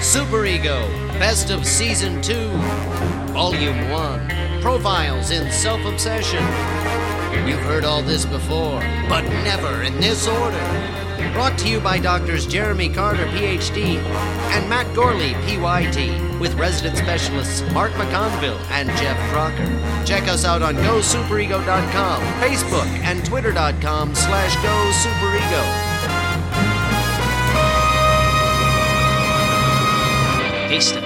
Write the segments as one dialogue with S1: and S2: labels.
S1: Super Ego, Best of Season 2, Volume 1 Profiles in Self Obsession. You've heard all this before, but never in this order. Brought to you by doctors Jeremy Carter, PhD, and Matt Gorley, PYT, with resident specialists Mark McConville and Jeff Crocker. Check us out on GoSuperEgo.com, Facebook, and Twitter.com slash GoSuperEgo.
S2: Case study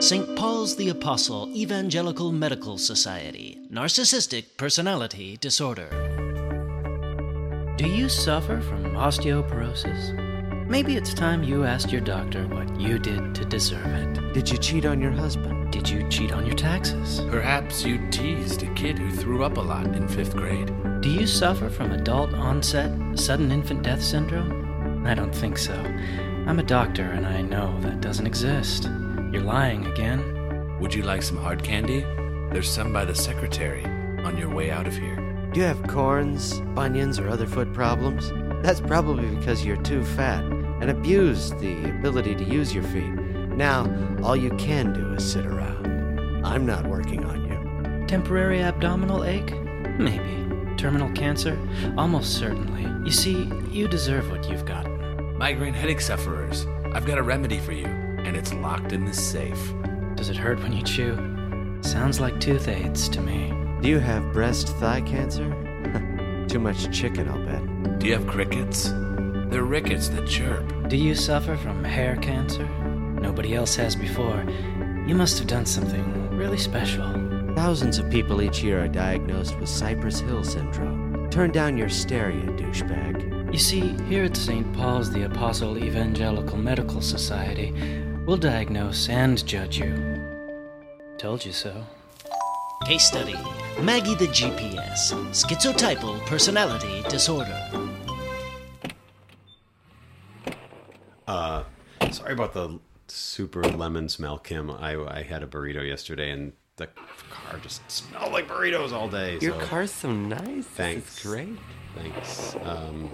S2: St. Paul's the Apostle Evangelical Medical Society Narcissistic Personality Disorder. Do you suffer from osteoporosis? Maybe it's time you asked your doctor what you did to deserve it. Did you cheat on your husband? Did you cheat on your taxes?
S3: Perhaps you teased a kid who threw up a lot in fifth grade.
S2: Do you suffer from adult onset sudden infant death syndrome? I don't think so. I'm a doctor and I know that doesn't exist. You're lying again.
S3: Would you like some hard candy? There's some by the secretary on your way out of here.
S4: Do you have corns, bunions, or other foot problems? That's probably because you're too fat and abused the ability to use your feet. Now, all you can do is sit around. I'm not working on you.
S2: Temporary abdominal ache? Maybe. Terminal cancer? Almost certainly. You see, you deserve what you've got.
S3: Migraine headache sufferers, I've got a remedy for you, and it's locked in this safe.
S2: Does it hurt when you chew? Sounds like tooth aids to me.
S4: Do you have breast thigh cancer? too much chicken, I'll bet.
S3: Do you have crickets? They're rickets that chirp.
S2: Do you suffer from hair cancer? Nobody else has before. You must have done something really special.
S4: Thousands of people each year are diagnosed with Cypress Hill syndrome. Turn down your stereo, douchebag.
S2: You see, here at St. Paul's the Apostle Evangelical Medical Society, we'll diagnose and judge you. Told you so.
S1: Case study
S2: Maggie the GPS, schizotypal personality disorder.
S5: Uh, sorry about the super lemon smell, Kim. I, I had a burrito yesterday, and the car just smelled like burritos all day.
S4: Your
S5: so
S4: car's so nice.
S5: Thanks.
S4: This is great.
S5: Thanks. Um,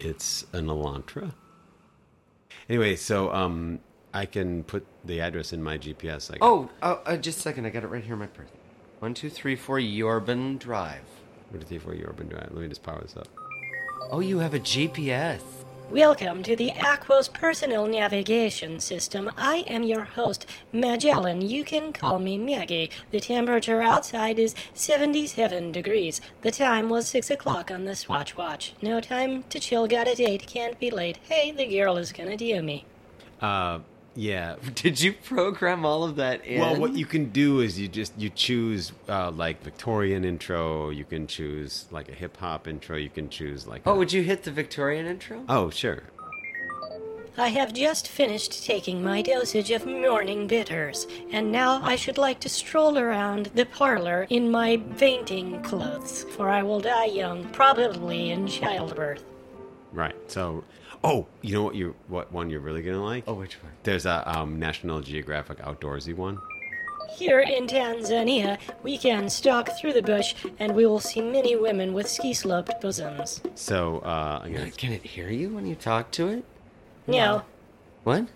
S5: it's an Elantra. Anyway, so um, I can put the address in my GPS. I guess.
S4: Oh, uh, uh, just a second. I got it right here in my purse. One, two, three, four, Yorban Drive.
S5: What do you for your urban drive? Let me just power this up.
S4: Oh, you have a GPS.
S6: Welcome to the Aquos Personal Navigation System. I am your host, Magellan. You can call me Maggie. The temperature outside is 77 degrees. The time was 6 o'clock on the Swatch Watch. No time to chill, got a date, can't be late. Hey, the girl is gonna do me.
S5: Uh, yeah.
S4: Did you program all of that in?
S5: Well, what you can do is you just you choose uh, like Victorian intro. You can choose like a hip hop intro. You can choose like.
S4: Oh,
S5: a-
S4: would you hit the Victorian intro?
S5: Oh, sure.
S6: I have just finished taking my dosage of morning bitters, and now I should like to stroll around the parlor in my fainting clothes, for I will die young, probably in childbirth.
S5: Right. So, oh, you know what you what one you're really gonna like?
S4: Oh, which one?
S5: There's a um, National Geographic outdoorsy one.
S6: Here in Tanzania, we can stalk through the bush and we will see many women with ski sloped bosoms.
S5: So uh, I'm gonna,
S4: Can it hear you when you talk to it?
S6: Now,
S4: What?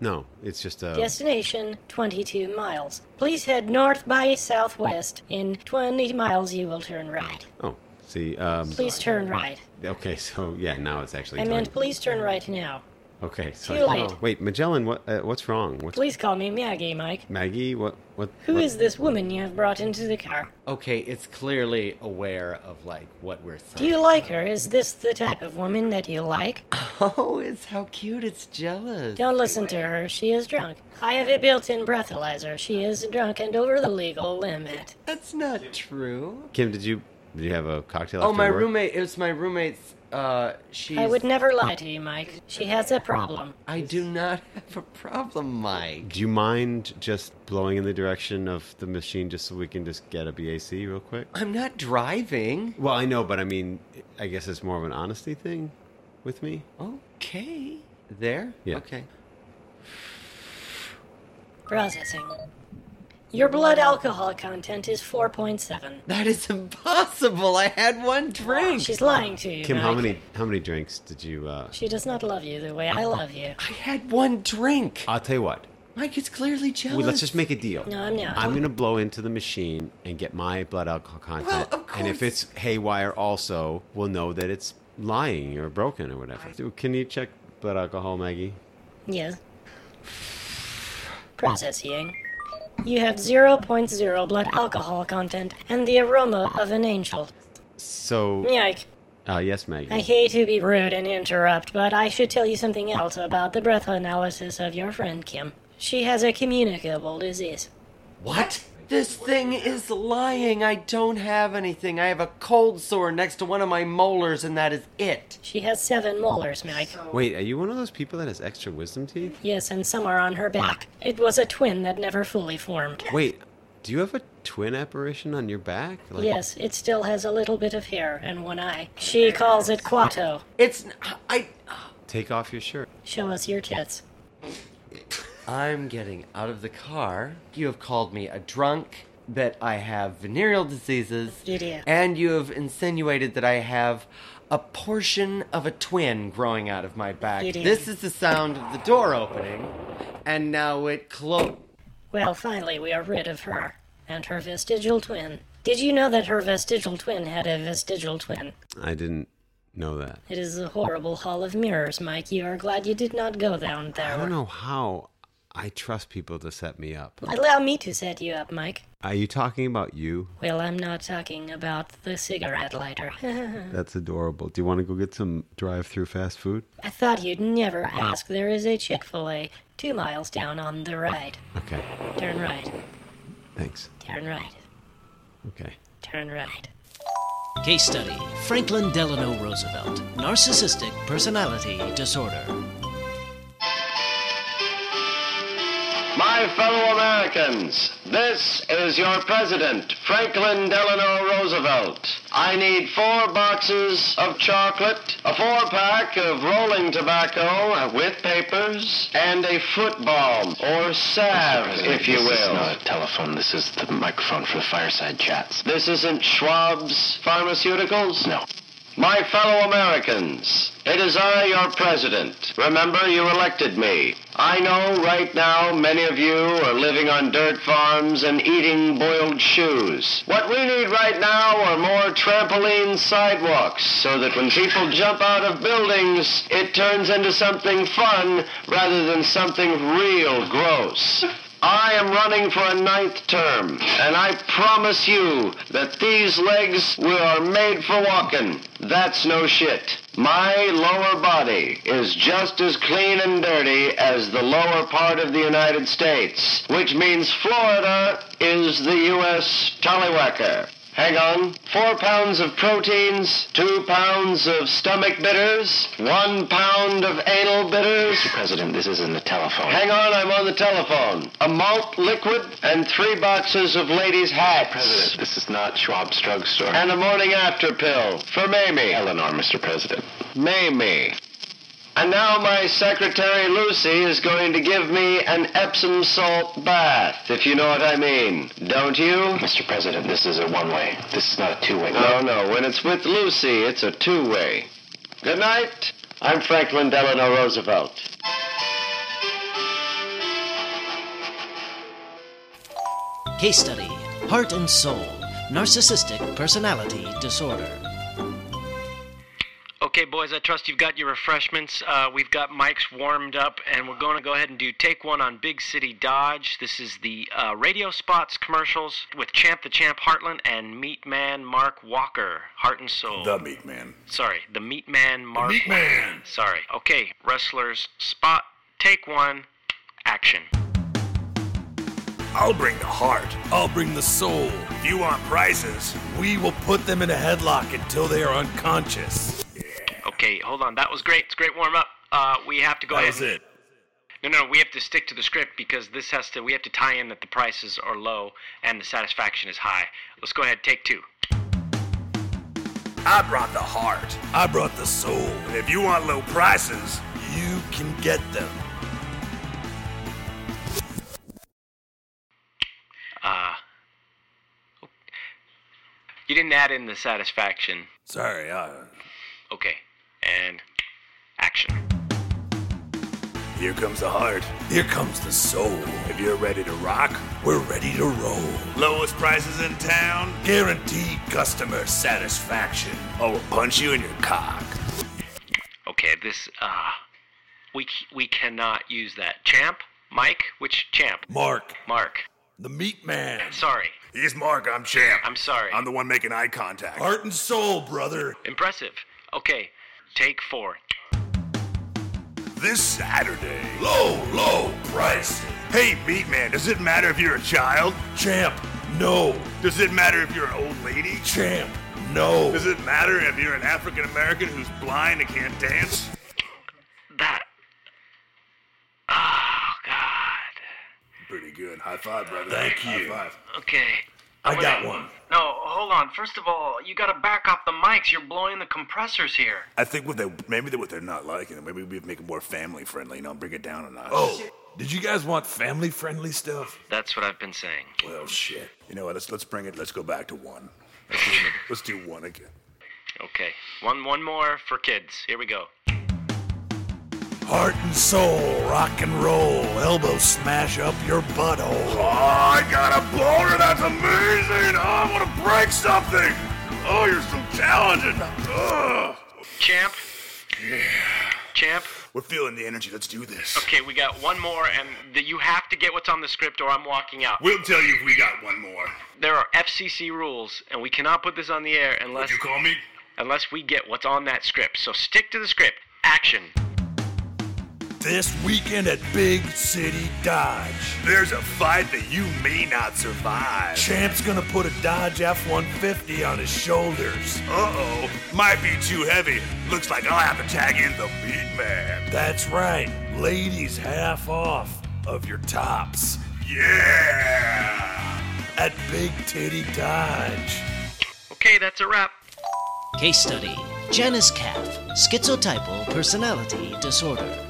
S5: no, it's just a
S6: destination 22 miles. Please head north by southwest. In 20 miles, you will turn right.
S5: oh. See, um,
S6: Please turn right.
S5: okay, so yeah, now it's actually.
S6: I
S5: telling-
S6: meant, please turn right now.
S5: okay, so oh,
S6: too late.
S5: wait, Magellan, what uh, what's wrong? What's
S6: Please call me Maggie, Mike.
S5: Maggie? What what?
S6: Who
S5: what-
S6: is this woman you have brought into the car?
S7: Okay, it's clearly aware of like what we're
S6: Do
S7: thinking.
S6: you like her? Is this the type of woman that you like?
S4: Oh, it's how cute. It's jealous.
S6: Don't listen to her. She is drunk. I have a built in breathalyzer. She is drunk and over the legal limit.
S4: That's not true.
S5: Kim, did you did you have a cocktail?
S4: Oh,
S5: after
S4: my
S5: work?
S4: roommate. It was my roommate's. Uh, she's.
S6: I would never lie to you, Mike. She has a problem.
S4: I do not have a problem, Mike.
S5: Do you mind just blowing in the direction of the machine just so we can just get a BAC real quick?
S4: I'm not driving.
S5: Well, I know, but I mean, I guess it's more of an honesty thing with me.
S4: Okay. There?
S5: Yeah.
S4: Okay.
S6: Processing. Your blood alcohol content is 4.7.
S4: That is impossible. I had one drink.
S6: She's lying to you.
S5: Kim, how
S6: Mike.
S5: many how many drinks did you? Uh,
S6: She does not love you the way I love you.
S4: I had one drink.
S5: I'll tell you what.
S4: Mike is clearly jealous.
S5: Well, let's just make a deal.
S6: No, I'm not.
S5: I'm gonna blow into the machine and get my blood alcohol
S4: Well,
S5: content.
S4: of
S5: and if
S4: course.
S5: it's haywire, also, we'll know that it's lying or broken or whatever. Dude, Can you check blood alcohol, Maggie?
S6: Yes. Processing. You have 0.0 blood alcohol content and the aroma of an angel.
S5: So,
S6: Yike.
S5: uh, yes, Maggie.
S6: I hate to be rude and interrupt, but I should tell you something else about the breath analysis of your friend Kim. She has a communicable disease.
S4: What? This thing is lying. I don't have anything. I have a cold sore next to one of my molars, and that is it.
S6: She has seven molars, Mike.
S5: Wait, are you one of those people that has extra wisdom teeth?
S6: Yes, and some are on her back. It was a twin that never fully formed.
S5: Wait, do you have a twin apparition on your back? Like,
S6: Yes, it still has a little bit of hair and one eye. She calls it Quato.
S4: It's. n- I.
S5: Take off your shirt.
S6: Show us your tits.
S4: I'm getting out of the car. You have called me a drunk, that I have venereal diseases,
S6: Idiot.
S4: and you have insinuated that I have a portion of a twin growing out of my back.
S6: Idiot.
S4: This is the sound of the door opening, and now it closed.
S6: Well, finally, we are rid of her and her vestigial twin. Did you know that her vestigial twin had a vestigial twin?
S5: I didn't know that.
S6: It is a horrible hall of mirrors, Mike. You are glad you did not go down
S5: I don't
S6: there.
S5: know how I trust people to set me up.
S6: Allow me to set you up, Mike.
S5: Are you talking about you?
S6: Well, I'm not talking about the cigarette lighter.
S5: That's adorable. Do you want to go get some drive-through fast food?
S6: I thought you'd never ask. There is a Chick fil A two miles down on the right.
S5: Okay,
S6: Turn right.
S5: thanks.
S6: Turn right.
S5: Okay.
S6: Turn right.
S2: Case study Franklin Delano Roosevelt, narcissistic personality disorder.
S8: My fellow Americans, this is your president, Franklin Delano Roosevelt. I need four boxes of chocolate, a four pack of rolling tobacco with papers, and a foot balm, or salve, if you
S7: This is
S8: will.
S7: not a telephone. This is the microphone for the fireside chats.
S8: This isn't Schwab's Pharmaceuticals? No. My fellow Americans, it is I, your president. Remember, you elected me. I know right now many of you are living on dirt farms and eating boiled shoes. What we need right now are more trampoline sidewalks so that when people jump out of buildings, it turns into something fun rather than something real gross. I am running for a ninth term, and I promise you that these legs are made for walking. That's no shit. My lower body is just as clean and dirty as the lower part of the United States, which means Florida is the U.S. tallywhacker. Hang on. Four pounds of proteins, two pounds of stomach bitters, one pound of anal bitters.
S9: Mr. President, this isn't a telephone.
S8: Hang on, I'm on the telephone. A malt liquid and three boxes of ladies' hats.
S9: President, this is not Schwab's drugstore.
S8: And a morning after pill for Mamie.
S9: Eleanor, Mr. President.
S8: Mamie. And now my secretary Lucy is going to give me an Epsom salt bath, if you know what I mean. Don't you?
S9: Mr. President, this is a one way. This is not a two way.
S8: No, no. When it's with Lucy, it's a two way. Good night. I'm Franklin Delano Roosevelt.
S2: Case study Heart and Soul Narcissistic Personality Disorder.
S10: Okay, boys, I trust you've got your refreshments. Uh, we've got mics warmed up, and we're going to go ahead and do take one on Big City Dodge. This is the uh, radio spots commercials with Champ the Champ Hartland and Meat Man Mark Walker, Heart and Soul.
S11: The Meat Man.
S10: Sorry, the Meat Man Mark.
S11: Meat
S10: Walker.
S11: Man.
S10: Sorry. Okay, wrestlers, spot, take one, action.
S11: I'll bring the heart. I'll bring the soul. If you want prizes, we will put them in a headlock until they are unconscious.
S10: Okay, hold on. That was great. It's a great warm up. Uh, we have to go
S11: That
S10: ahead.
S11: was
S10: and-
S11: it.
S10: No, no, we have to stick to the script because this has to. We have to tie in that the prices are low and the satisfaction is high. Let's go ahead. Take two.
S11: I brought the heart. I brought the soul. And if you want low prices, you can get them.
S10: Uh, you didn't add in the satisfaction.
S11: Sorry, I.
S10: Okay, and action.
S11: Here comes the heart. Here comes the soul. If you're ready to rock, we're ready to roll. Lowest prices in town, guaranteed customer satisfaction. I will punch you in your cock.
S10: Okay, this. Uh, we c- we cannot use that. Champ, Mike, which champ?
S11: Mark.
S10: Mark.
S11: The meat man.
S10: Sorry.
S11: He's Mark, I'm Champ.
S10: I'm sorry.
S11: I'm the one making eye contact. Heart and soul, brother.
S10: Impressive. Okay, take four.
S11: This Saturday, low, low prices. Hey, meat man, does it matter if you're a child? Champ, no. Does it matter if you're an old lady? Champ, no. Does it matter if you're an African American who's blind and can't dance?
S10: That. Oh,
S11: Pretty good. High five, brother. Thank you. High five.
S10: Okay.
S11: I
S10: Wait.
S11: got one.
S10: No, hold on. First of all, you gotta back off the mics. You're blowing the compressors here.
S11: I think what they maybe what they're not liking, maybe we make it more family friendly, you know, bring it down a notch. Oh, did you guys want family friendly stuff?
S10: That's what I've been saying.
S11: Well, shit. You know what? Let's let's bring it. Let's go back to one. Let's do, let's do one again.
S10: Okay, one one more for kids. Here we go.
S11: Heart and soul, rock and roll, elbow smash up your butthole. Oh, I got a boner. That's amazing. Oh, I want to break something. Oh, you're so challenging. Ugh.
S10: Champ.
S11: Yeah.
S10: Champ.
S11: We're feeling the energy. Let's do this.
S10: Okay, we got one more, and the, you have to get what's on the script, or I'm walking out.
S11: We'll tell you if we got one more.
S10: There are FCC rules, and we cannot put this on the air unless
S11: you call me?
S10: unless we get what's on that script. So stick to the script. Action.
S11: This weekend at Big City Dodge. There's a fight that you may not survive. Champ's gonna put a Dodge F 150 on his shoulders. Uh oh, might be too heavy. Looks like I'll have to tag in the meat man. That's right, ladies, half off of your tops. Yeah! At Big Titty Dodge.
S10: Okay, that's a wrap.
S2: Case study Janice Caff, Schizotypal Personality Disorder.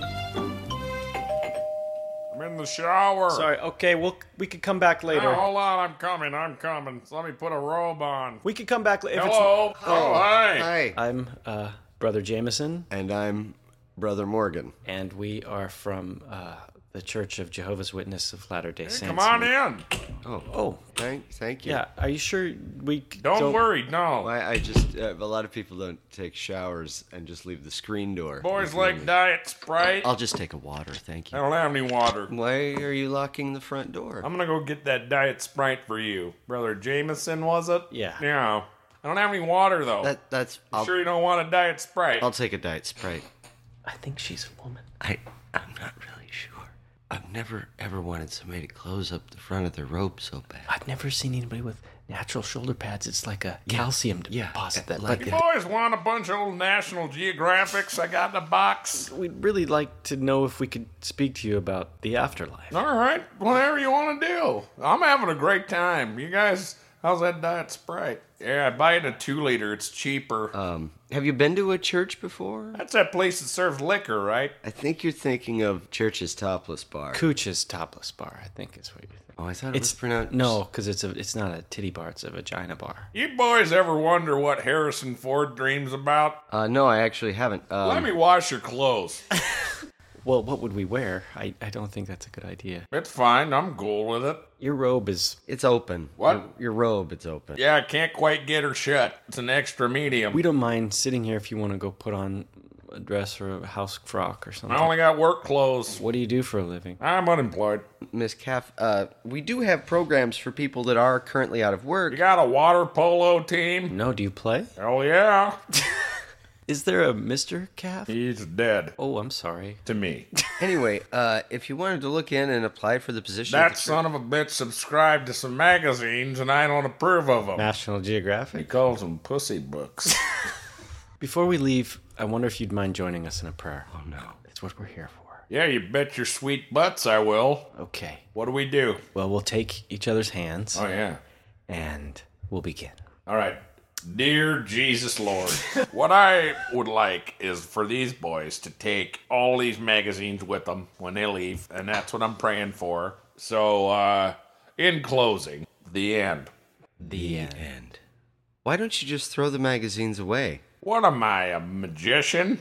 S12: I'm in the shower. Oh,
S13: Sorry. Okay, we'll we could come back later.
S12: Now, hold on, I'm coming. I'm coming. Let me put a robe on.
S13: We could come back later.
S12: Hello. Oh, hi.
S13: I'm uh, Brother Jameson.
S7: And I'm Brother Morgan.
S13: And we are from uh, the Church of Jehovah's Witness of Latter Day Saints.
S12: Come on in.
S7: Oh,
S13: Oh,
S7: thank, thank you.
S13: yeah. Are you sure we c-
S12: Don't worry, no.
S7: I, I just uh, a lot of people don't take showers and just leave the screen door.
S12: Boys
S7: It's
S12: like
S7: really-
S12: Diet Sprite.
S7: I'll just take a water, thank you.
S12: I don't have any water.
S7: Why are you locking the front door?
S12: I'm gonna go get that Diet Sprite for you, brother Jameson. Was it?
S7: Yeah.
S12: Yeah. I don't have any water though.
S7: That that's.
S12: You
S7: I'll,
S12: sure you don't want a Diet Sprite?
S7: I'll take a diet sprite.
S13: I think she's a woman.
S7: I I'm not really sure. I've never ever wanted somebody to close up the front of their robe so bad.
S13: I've never seen anybody with
S14: natural shoulder pads. It's like a calcium deposit that
S12: Like you
S14: like
S12: boys want a bunch of old National Geographics I got in a box?
S14: We'd really like to know if we could speak to you about the afterlife.
S12: All right, whatever you want to do. I'm having a great time. You guys, how's that diet Sprite? Yeah, I buy it a two liter. It's cheaper.
S4: Um, have you been to a church before?
S12: That's that place that serves liquor, right?
S4: I think you're thinking of Church's Topless Bar.
S14: Cooch's Topless Bar, I think is what you're thinking.
S4: Oh, I thought it
S14: It's
S4: was pronounced.
S14: no, because it's a it's not a titty bar. It's a vagina bar.
S12: You boys ever wonder what Harrison Ford dreams about?
S4: Uh, no, I actually haven't. Um,
S12: Let me wash your clothes.
S14: Well, what would we wear? I, I don't think that's a good idea.
S12: It's fine. I'm cool with it.
S14: Your robe is
S4: it's open.
S12: What?
S4: Your robe, it's open.
S12: Yeah, I can't quite get her shut. It's an extra medium.
S14: We don't mind sitting here if you want to go put on a dress or a house frock or something.
S12: I only got work clothes.
S14: What do you do for a living?
S12: I'm unemployed.
S4: Miss Caff, uh, we do have programs for people that are currently out of work.
S12: You got a water polo team?
S14: No, do you play?
S12: Hell yeah.
S14: Is there a Mr. Calf?
S12: He's dead.
S14: Oh, I'm sorry.
S12: To me.
S4: Anyway, uh, if you wanted to look in and apply for the position, at
S12: That
S4: the
S12: son of a bitch subscribed to some magazines and I don't approve of them.
S14: National Geographic.
S12: He calls them pussy books.
S14: Before we leave, I wonder if you'd mind joining us in a prayer. Oh
S4: no.
S14: It's what we're here for.
S12: yeah, you bet your sweet butts I will.
S14: Okay.
S12: What do we do?
S14: Well, we'll take each other's hands
S12: Oh, yeah.
S14: and we'll begin.
S12: All right. Dear Jesus Lord, what I would like is for these boys to take all these magazines with them when they leave, and that's what I'm praying for. So, uh, in closing, the end.
S14: The end.
S4: Why don't you just throw the magazines away?
S12: What am I, a magician?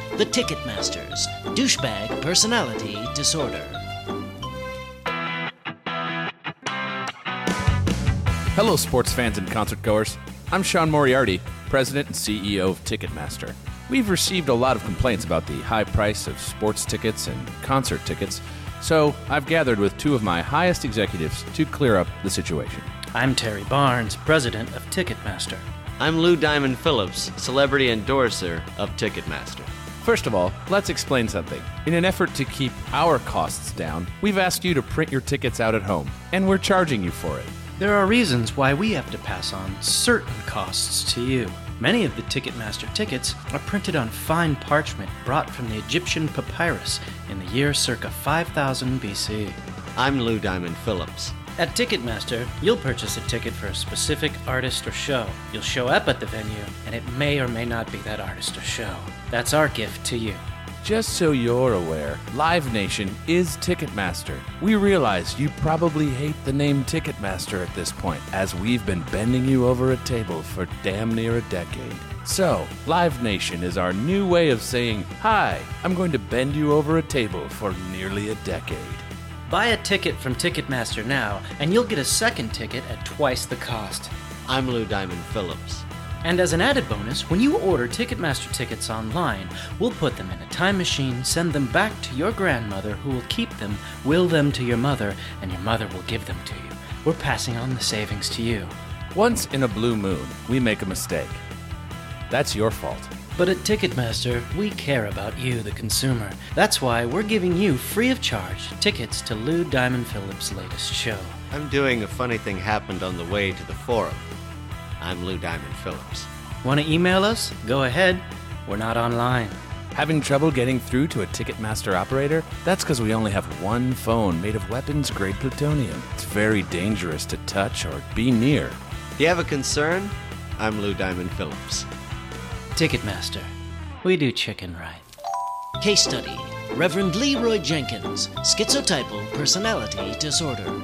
S2: The Ticketmasters Douchebag Personality Disorder.
S3: Hello, sports fans and concert goers. I'm Sean Moriarty, president and CEO of Ticketmaster. We've received a lot of complaints about the high price of sports tickets and concert tickets, so I've gathered with two of my highest executives to clear up the situation.
S2: I'm Terry Barnes, president of Ticketmaster.
S4: I'm Lou Diamond Phillips, celebrity endorser of Ticketmaster.
S3: First of all, let's explain something. In an effort to keep our costs down, we've asked you to print your tickets out at home, and we're charging you for it.
S2: There are reasons why we have to pass on certain costs to you. Many of the Ticketmaster tickets are printed on fine parchment brought from the Egyptian papyrus in the year circa 5000 BC.
S4: I'm Lou Diamond Phillips.
S2: At Ticketmaster, you'll purchase a ticket for a specific artist or show. You'll show up at the venue, and it may or may not be that artist or show. That's our gift to you.
S3: Just so you're aware, Live Nation is Ticketmaster. We realize you probably hate the name Ticketmaster at this point, as we've been bending you over a table for damn near a decade. So, Live Nation is our new way of saying, Hi, I'm going to bend you over a table for nearly a decade.
S2: Buy a ticket from Ticketmaster now, and you'll get a second ticket at twice the cost.
S4: I'm Lou Diamond Phillips.
S2: And as an added bonus, when you order Ticketmaster tickets online, we'll put them in a time machine, send them back to your grandmother, who will keep them, will them to your mother, and your mother will give them to you. We're passing on the savings to you.
S3: Once in a blue moon, we make a mistake. That's your fault.
S2: But at Ticketmaster, we care about you, the consumer. That's why we're giving you free of charge tickets to Lou Diamond Phillips' latest show.
S4: I'm doing a funny thing happened on the way to the forum. I'm Lou Diamond Phillips.
S2: Want to email us? Go ahead. We're not online.
S3: Having trouble getting through to a Ticketmaster operator? That's because we only have one phone made of weapons grade plutonium. It's very dangerous to touch or be near.
S4: You have a concern? I'm Lou Diamond Phillips.
S2: Ticketmaster. We do chicken right.
S1: Case study Reverend Leroy Jenkins, schizotypal personality disorder.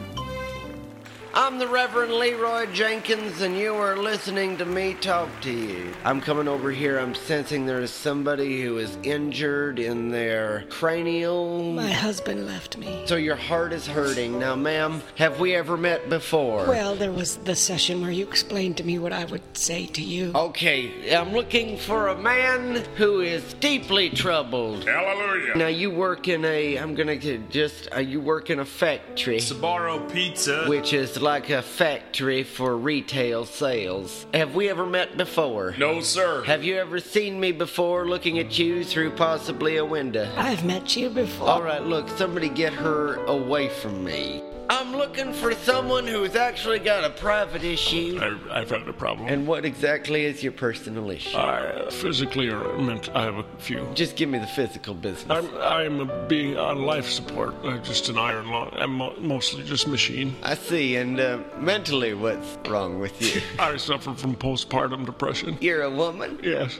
S7: I'm the Reverend Leroy Jenkins, and you are listening to me talk to you.
S4: I'm coming over here. I'm sensing there is somebody who is injured in their cranial.
S6: My husband left me.
S4: So your heart is hurting. Now, ma'am, have we ever met before?
S6: Well, there was the session where you explained to me what I would say to you.
S4: Okay, I'm looking for a man who is deeply troubled.
S12: Hallelujah.
S4: Now you work in a. I'm gonna get just. Uh, you work in a factory.
S12: Sabaro Pizza.
S4: Which is like a factory for retail sales. Have we ever met before?
S12: No, sir.
S4: Have you ever seen me before looking at you through possibly a window?
S6: I've met you before.
S4: All right, look, somebody get her away from me. I'm looking for someone who's actually got a private issue.
S15: I, I've had a problem.
S4: And what exactly is your personal issue?
S15: I, uh, physically or meant I have a few.
S4: Just give me the physical business.
S15: I'm, I'm being on life support, uh, just an iron lung. I'm mo- mostly just machine.
S4: I see, and uh, mentally, what's wrong with you?
S15: I suffer from postpartum depression.
S4: You're a woman?
S15: Yes.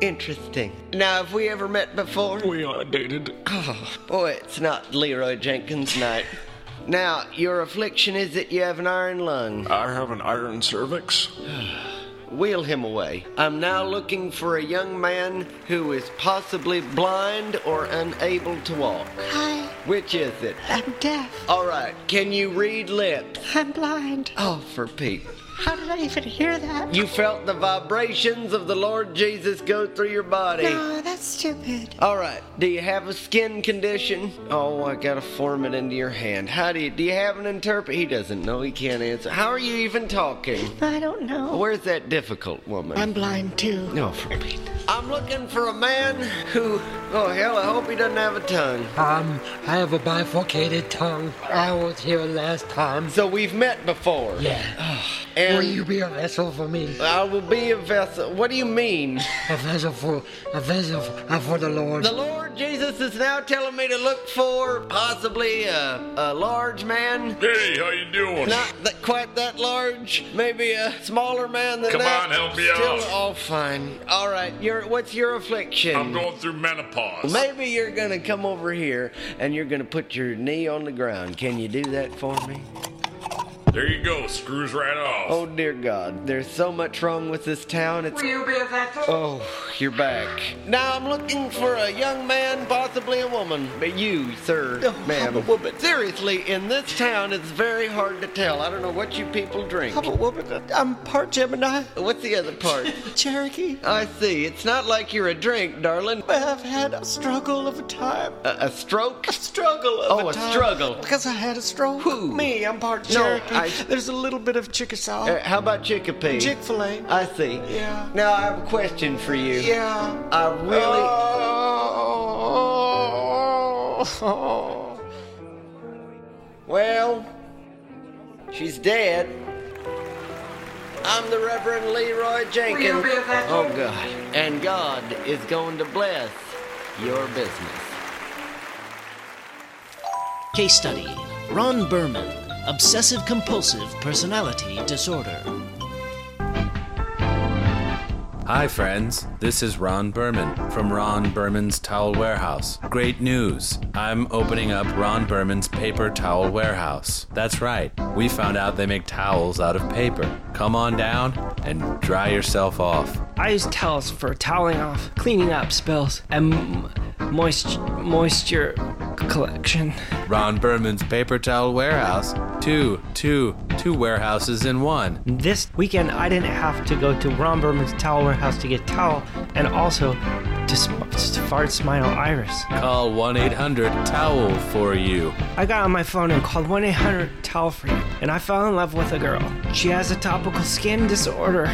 S4: Interesting. Now, have we ever met before?
S15: We uh, dated.
S4: Oh, boy, it's not Leroy Jenkins' night. Now, your affliction is that you have an iron lung.
S15: I have an iron cervix.
S4: Wheel him away. I'm now looking for a young man who is possibly blind or unable to walk.
S6: Hi,
S4: Which is it?
S6: I'm deaf.
S4: All right, can you read lips?
S6: I'm blind.
S4: Oh, for Pete.
S6: How did I even hear that?
S4: You felt the vibrations of the Lord Jesus go through your body.
S6: No, Oh, that's stupid.
S4: All right. Do you have a skin condition? Oh, I gotta form it into your hand. How do you? Do you have an interpret? He doesn't know. He can't answer. How are you even talking?
S6: I don't know.
S4: Where's that difficult woman?
S6: I'm blind too.
S4: No, for Pete. I'm looking for a man who. Oh hell, I hope he doesn't have a tongue.
S16: Um, I have a bifurcated tongue. I was here last time.
S4: So we've met before.
S16: Yeah.
S6: Ah.
S4: And
S16: Will you be a vessel for me?
S4: I will be a vessel. What do you mean?
S16: A vessel for a vessel for, for the Lord.
S4: The Lord Jesus is now telling me to look for possibly a, a large man.
S12: Hey, how you doing?
S4: Not that, quite that large. Maybe a smaller man than
S12: Come
S4: that.
S12: on, help me
S4: Still,
S12: out.
S4: all fine. All right. Your what's your affliction?
S12: I'm going through menopause.
S4: Maybe you're gonna come over here and you're gonna put your knee on the ground. Can you do that for me?
S12: There you go. Screws right off.
S4: Oh dear God, there's so much wrong with this town. It's
S16: Will you be a vessel?
S4: Oh, you're back. Now I'm looking for a young man, possibly a woman. But you, sir, ma'am.
S16: Oh, I'm a woman.
S4: Seriously, in this town, it's very hard to tell. I don't know what you people drink.
S16: I'm a woman. I'm part Gemini.
S4: What's the other part?
S16: Cherokee.
S4: I see. It's not like you're a drink, darling.
S16: But I've had a struggle of a time.
S4: A, a stroke?
S16: A struggle of
S4: Oh,
S16: a
S4: a
S16: time.
S4: struggle.
S16: Because I had a stroke.
S4: Who?
S16: Me. I'm part
S4: No,
S16: Cherokee.
S4: I-
S16: There's a little bit of Chickasaw.
S12: Eh,
S4: Uh, how about Chicopee?
S16: Chick-fil-A.
S4: I see.
S16: Yeah.
S4: Now I have a question for you.
S16: yeah.
S4: I really.
S16: Oh.
S4: Well, she's dead. I'm the Reverend Leroy Jenkins.
S16: be a vessel?
S4: Oh, God. And God is going to bless your business.
S1: Case study Ron Berman, obsessive compulsive personality disorder.
S3: Hi, friends. This is Ron Berman from Ron Berman's Towel Warehouse. Great news! I'm opening up Ron Berman's Paper Towel Warehouse. That's right, we found out they make towels out of paper. Come on down and dry yourself off.
S17: I use towels for toweling off, cleaning up spills, and m- moist, moisture
S18: collection.
S3: Ron Berman's Paper Towel Warehouse. Two, two, two warehouses in one.
S17: This weekend, I didn't have to go to Ron Berman's towel warehouse to get towel, and also to, sm- to fart smile iris.
S3: Call 1 800 Towel for you.
S17: I got on my phone and called 1 800 Towel for You, and I fell in love with a girl. She has a topical skin disorder,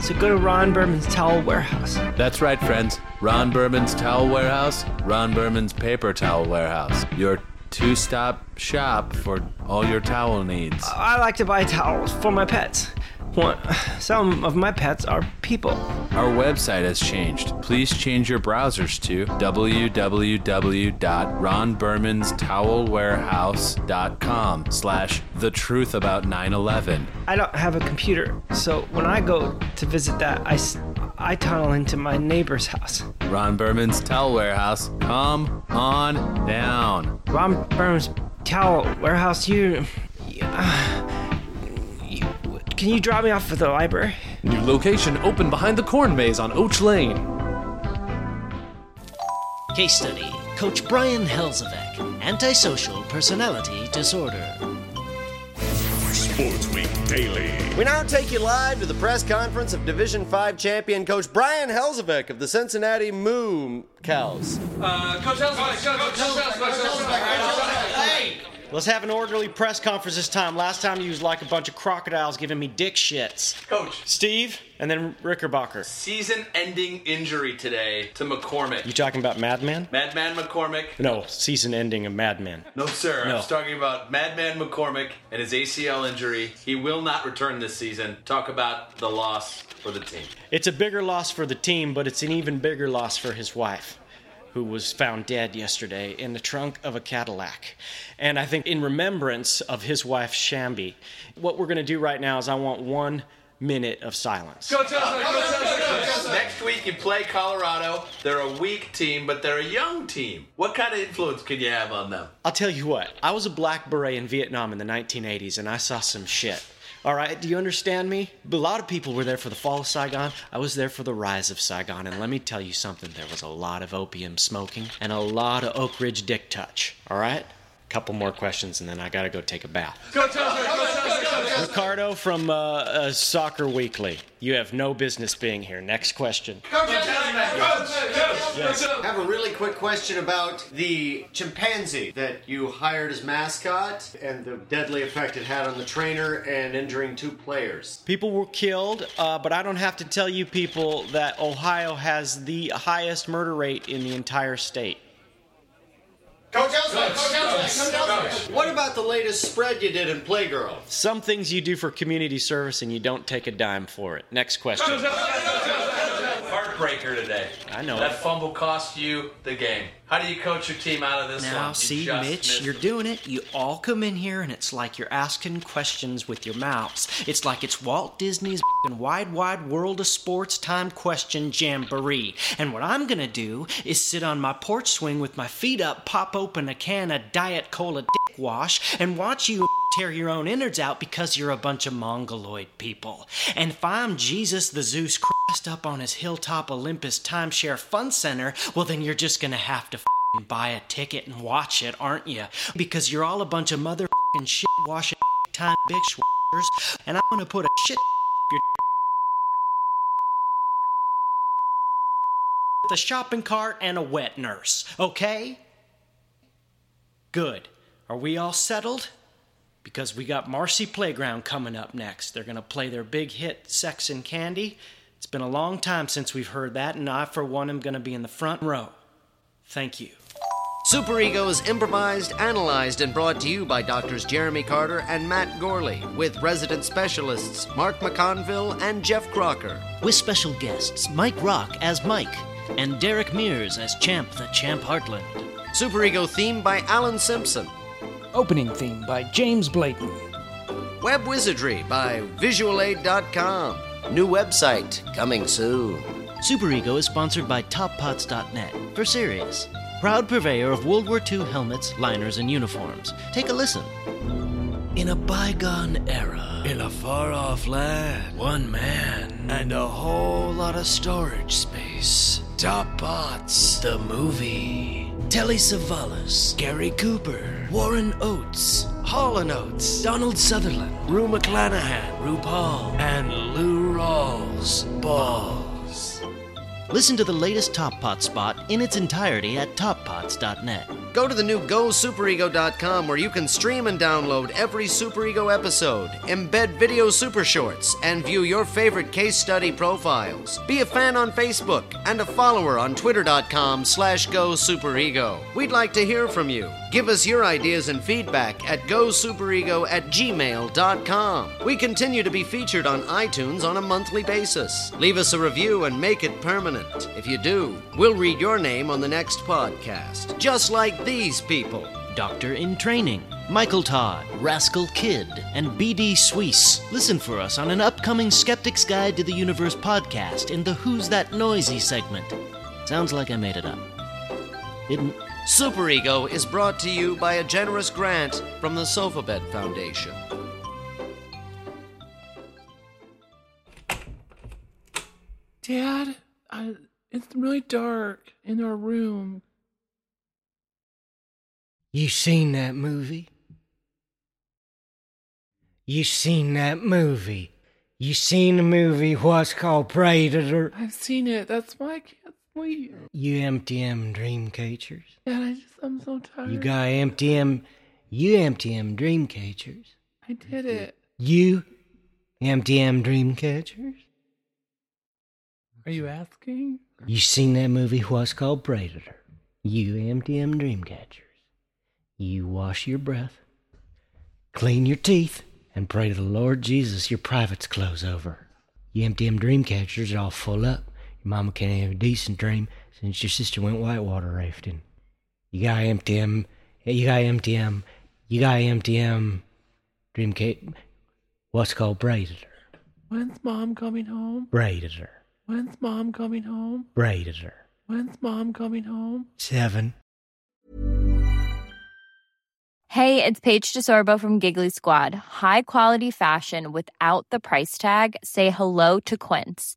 S17: so go to Ron Berman's Towel Warehouse.
S3: That's right, friends. Ron Berman's Towel Warehouse, Ron Berman's Paper Towel Warehouse. Your two stop shop for all your towel needs.
S17: I like to buy towels for my pets. One, some of my pets are people.
S3: Our website has changed. Please change your browsers to www.ronbermanstowelwarehouse.com slash the truth about 9-11.
S17: I don't have a computer, so when I go to visit that, I, s- I tunnel into my neighbor's house.
S3: Ron Berman's Towel Warehouse, come on down.
S17: Ron Berman's towel warehouse, you, you, Can you drop me off at the library?
S19: New location open behind the corn maze on Oach Lane.
S20: Case study Coach Brian Helzevec, antisocial personality disorder.
S21: Sports Week Daily.
S4: We now take you live to the press conference of Division 5 champion coach Brian Helzevec of the Cincinnati Moo Cows.
S22: Uh, Coach Elsbeck, Coach Elsbeck, Coach Hey!
S14: Let's have an orderly press conference this time. Last time you was like a bunch of crocodiles giving me dick shits. Coach. Steve, and then Rickerbacher.
S19: Season-ending injury today to McCormick.
S14: You talking about Madman?
S19: Madman McCormick.
S14: No, season ending of Madman.
S19: No, sir. I
S14: No.
S19: was talking about Madman McCormick and his ACL injury. He will not return this season. Talk about the loss for the team.
S14: It's a bigger loss for the team, but it's an even bigger loss for his wife, who was found dead yesterday in the trunk of a Cadillac. And I think in remembrance of his wife, Shambi, what we're going to do right now is I want one minute of silence.
S19: Go Next week you play Colorado. They're a weak team, but they're a young team. What kind of influence can you have on them?
S14: I'll tell you what, I was a black beret in Vietnam in the 1980s and I saw some shit. All right, do you understand me? A lot of people were there for the fall of Saigon. I was there for the rise of Saigon, and let me tell you something there was a lot of opium smoking and a lot of Oak Ridge dick touch. All right? Couple more questions, and then I gotta go take a bath.
S19: Go Chelsea! Go Chelsea!
S14: Ricardo from uh, uh, Soccer Weekly, you have no business being here. Next question.
S4: I have a really quick question about the chimpanzee that you hired as mascot and the deadly effect it had on the trainer and injuring two players.
S14: People were killed, uh, but I don't have to tell you people that Ohio has the highest murder rate in the entire state.
S4: Coach Elsbeck! Coach Elsbeck! Coach Elsbeck! What about the latest spread you did in Playgirl?
S14: Some things you do for community service and you don't take a dime for it. Next question.
S19: Heartbreaker today.
S14: I know
S19: that
S14: it.
S19: fumble cost you the game. How do you coach your team out of this one?
S2: Now,
S19: You
S2: see,
S19: just
S2: Mitch,
S19: missed
S2: you're doing it. You all come in here, and it's like you're asking questions with your mouths. It's like it's Walt Disney's f***ing wide, wide world of sports time question jamboree. And what I'm gonna do is sit on my porch swing with my feet up, pop open a can of Diet Cola Dick Wash, and watch you tear your own innards out because you're a bunch of mongoloid people. And if I'm Jesus the Zeus Christ up on his hilltop Olympus timeshare fun center, well, then you're just gonna have to f***ing buy a ticket and watch it, aren't you? Because you're all a bunch of mother f***ing shit washing time bitch washers, and I'm gonna put a shit up your with a shopping cart and a wet nurse, okay? Good. Are we all settled? because we got Marcy Playground coming up next. They're going to play their big hit, Sex and Candy. It's been a long time since we've heard that, and I, for one, am going to be in the front row. Thank you.
S1: Super Ego is improvised, analyzed, and brought to you by doctors Jeremy Carter and Matt Gorley, with resident specialists Mark McConville and Jeff Crocker.
S20: With special guests Mike Rock as Mike and Derek Mears as Champ the Champ Heartland.
S1: Super Ego theme by Alan Simpson.
S22: Opening theme by James Blayton.
S1: Web Wizardry by VisualAid.com. New website coming soon.
S2: Super Ego is sponsored by TopPots.net for Sirius, proud purveyor of World War II helmets, liners, and uniforms. Take a listen.
S20: In a bygone era, in a far off land, one man and a whole lot of storage space. Top Bots, the movie.
S2: Telly Savalas, Gary Cooper, Warren Oates, Hall and Oates, Donald Sutherland, Rue McClanahan, RuPaul, and Lou Rawls. Balls.
S20: Listen to the latest Top Pot spot in its entirety at toppots.net.
S1: Go to the new GoSuperego.com where you can stream and download every Superego episode, embed video super shorts, and view your favorite case study profiles. Be a fan on Facebook and a follower on Twitter.com slash GoSuperego. We'd like to hear from you. Give us your ideas and feedback at GoSuperego at gmail.com. We continue to be featured on iTunes on a monthly basis. Leave us a review and make it permanent. If you do, we'll read your name on the next podcast. Just like these people.
S20: Doctor in Training, Michael Todd, Rascal Kid, and BD Suisse. Listen for us on an upcoming Skeptic's Guide to the Universe podcast in the Who's That Noisy segment. Sounds like I made it up. Didn't.
S1: Superego is brought to you by a generous grant from the Sofabed Foundation.
S19: Dad, I, it's really dark in our room.
S16: You seen that movie? You seen that movie? You seen the movie what's called Predator?
S19: I've seen it. That's why I can't sleep.
S16: You empty M dream catchers.
S19: Dad, I just I'm so tired.
S16: You got empty M you empty M dream catchers.
S19: I did it.
S16: You empty M dream catchers.
S19: Are you asking?
S16: You seen that movie what's called Predator. You empty M dream catchers. You wash your breath, clean your teeth, and pray to the Lord Jesus your privates close over. You empty M dream catchers are all full up. Your mama can't have a decent dream since your sister went whitewater rafting. You got empty M, you got empty M, you got empty M dream cat, what's called Predator.
S19: When's mom coming home?
S16: Predator.
S19: When's mom coming home?
S16: Predator.
S19: When's mom coming home?
S16: Seven.
S23: Hey, it's Paige DeSorbo from Giggly Squad. High quality fashion without the price tag. Say hello to Quince.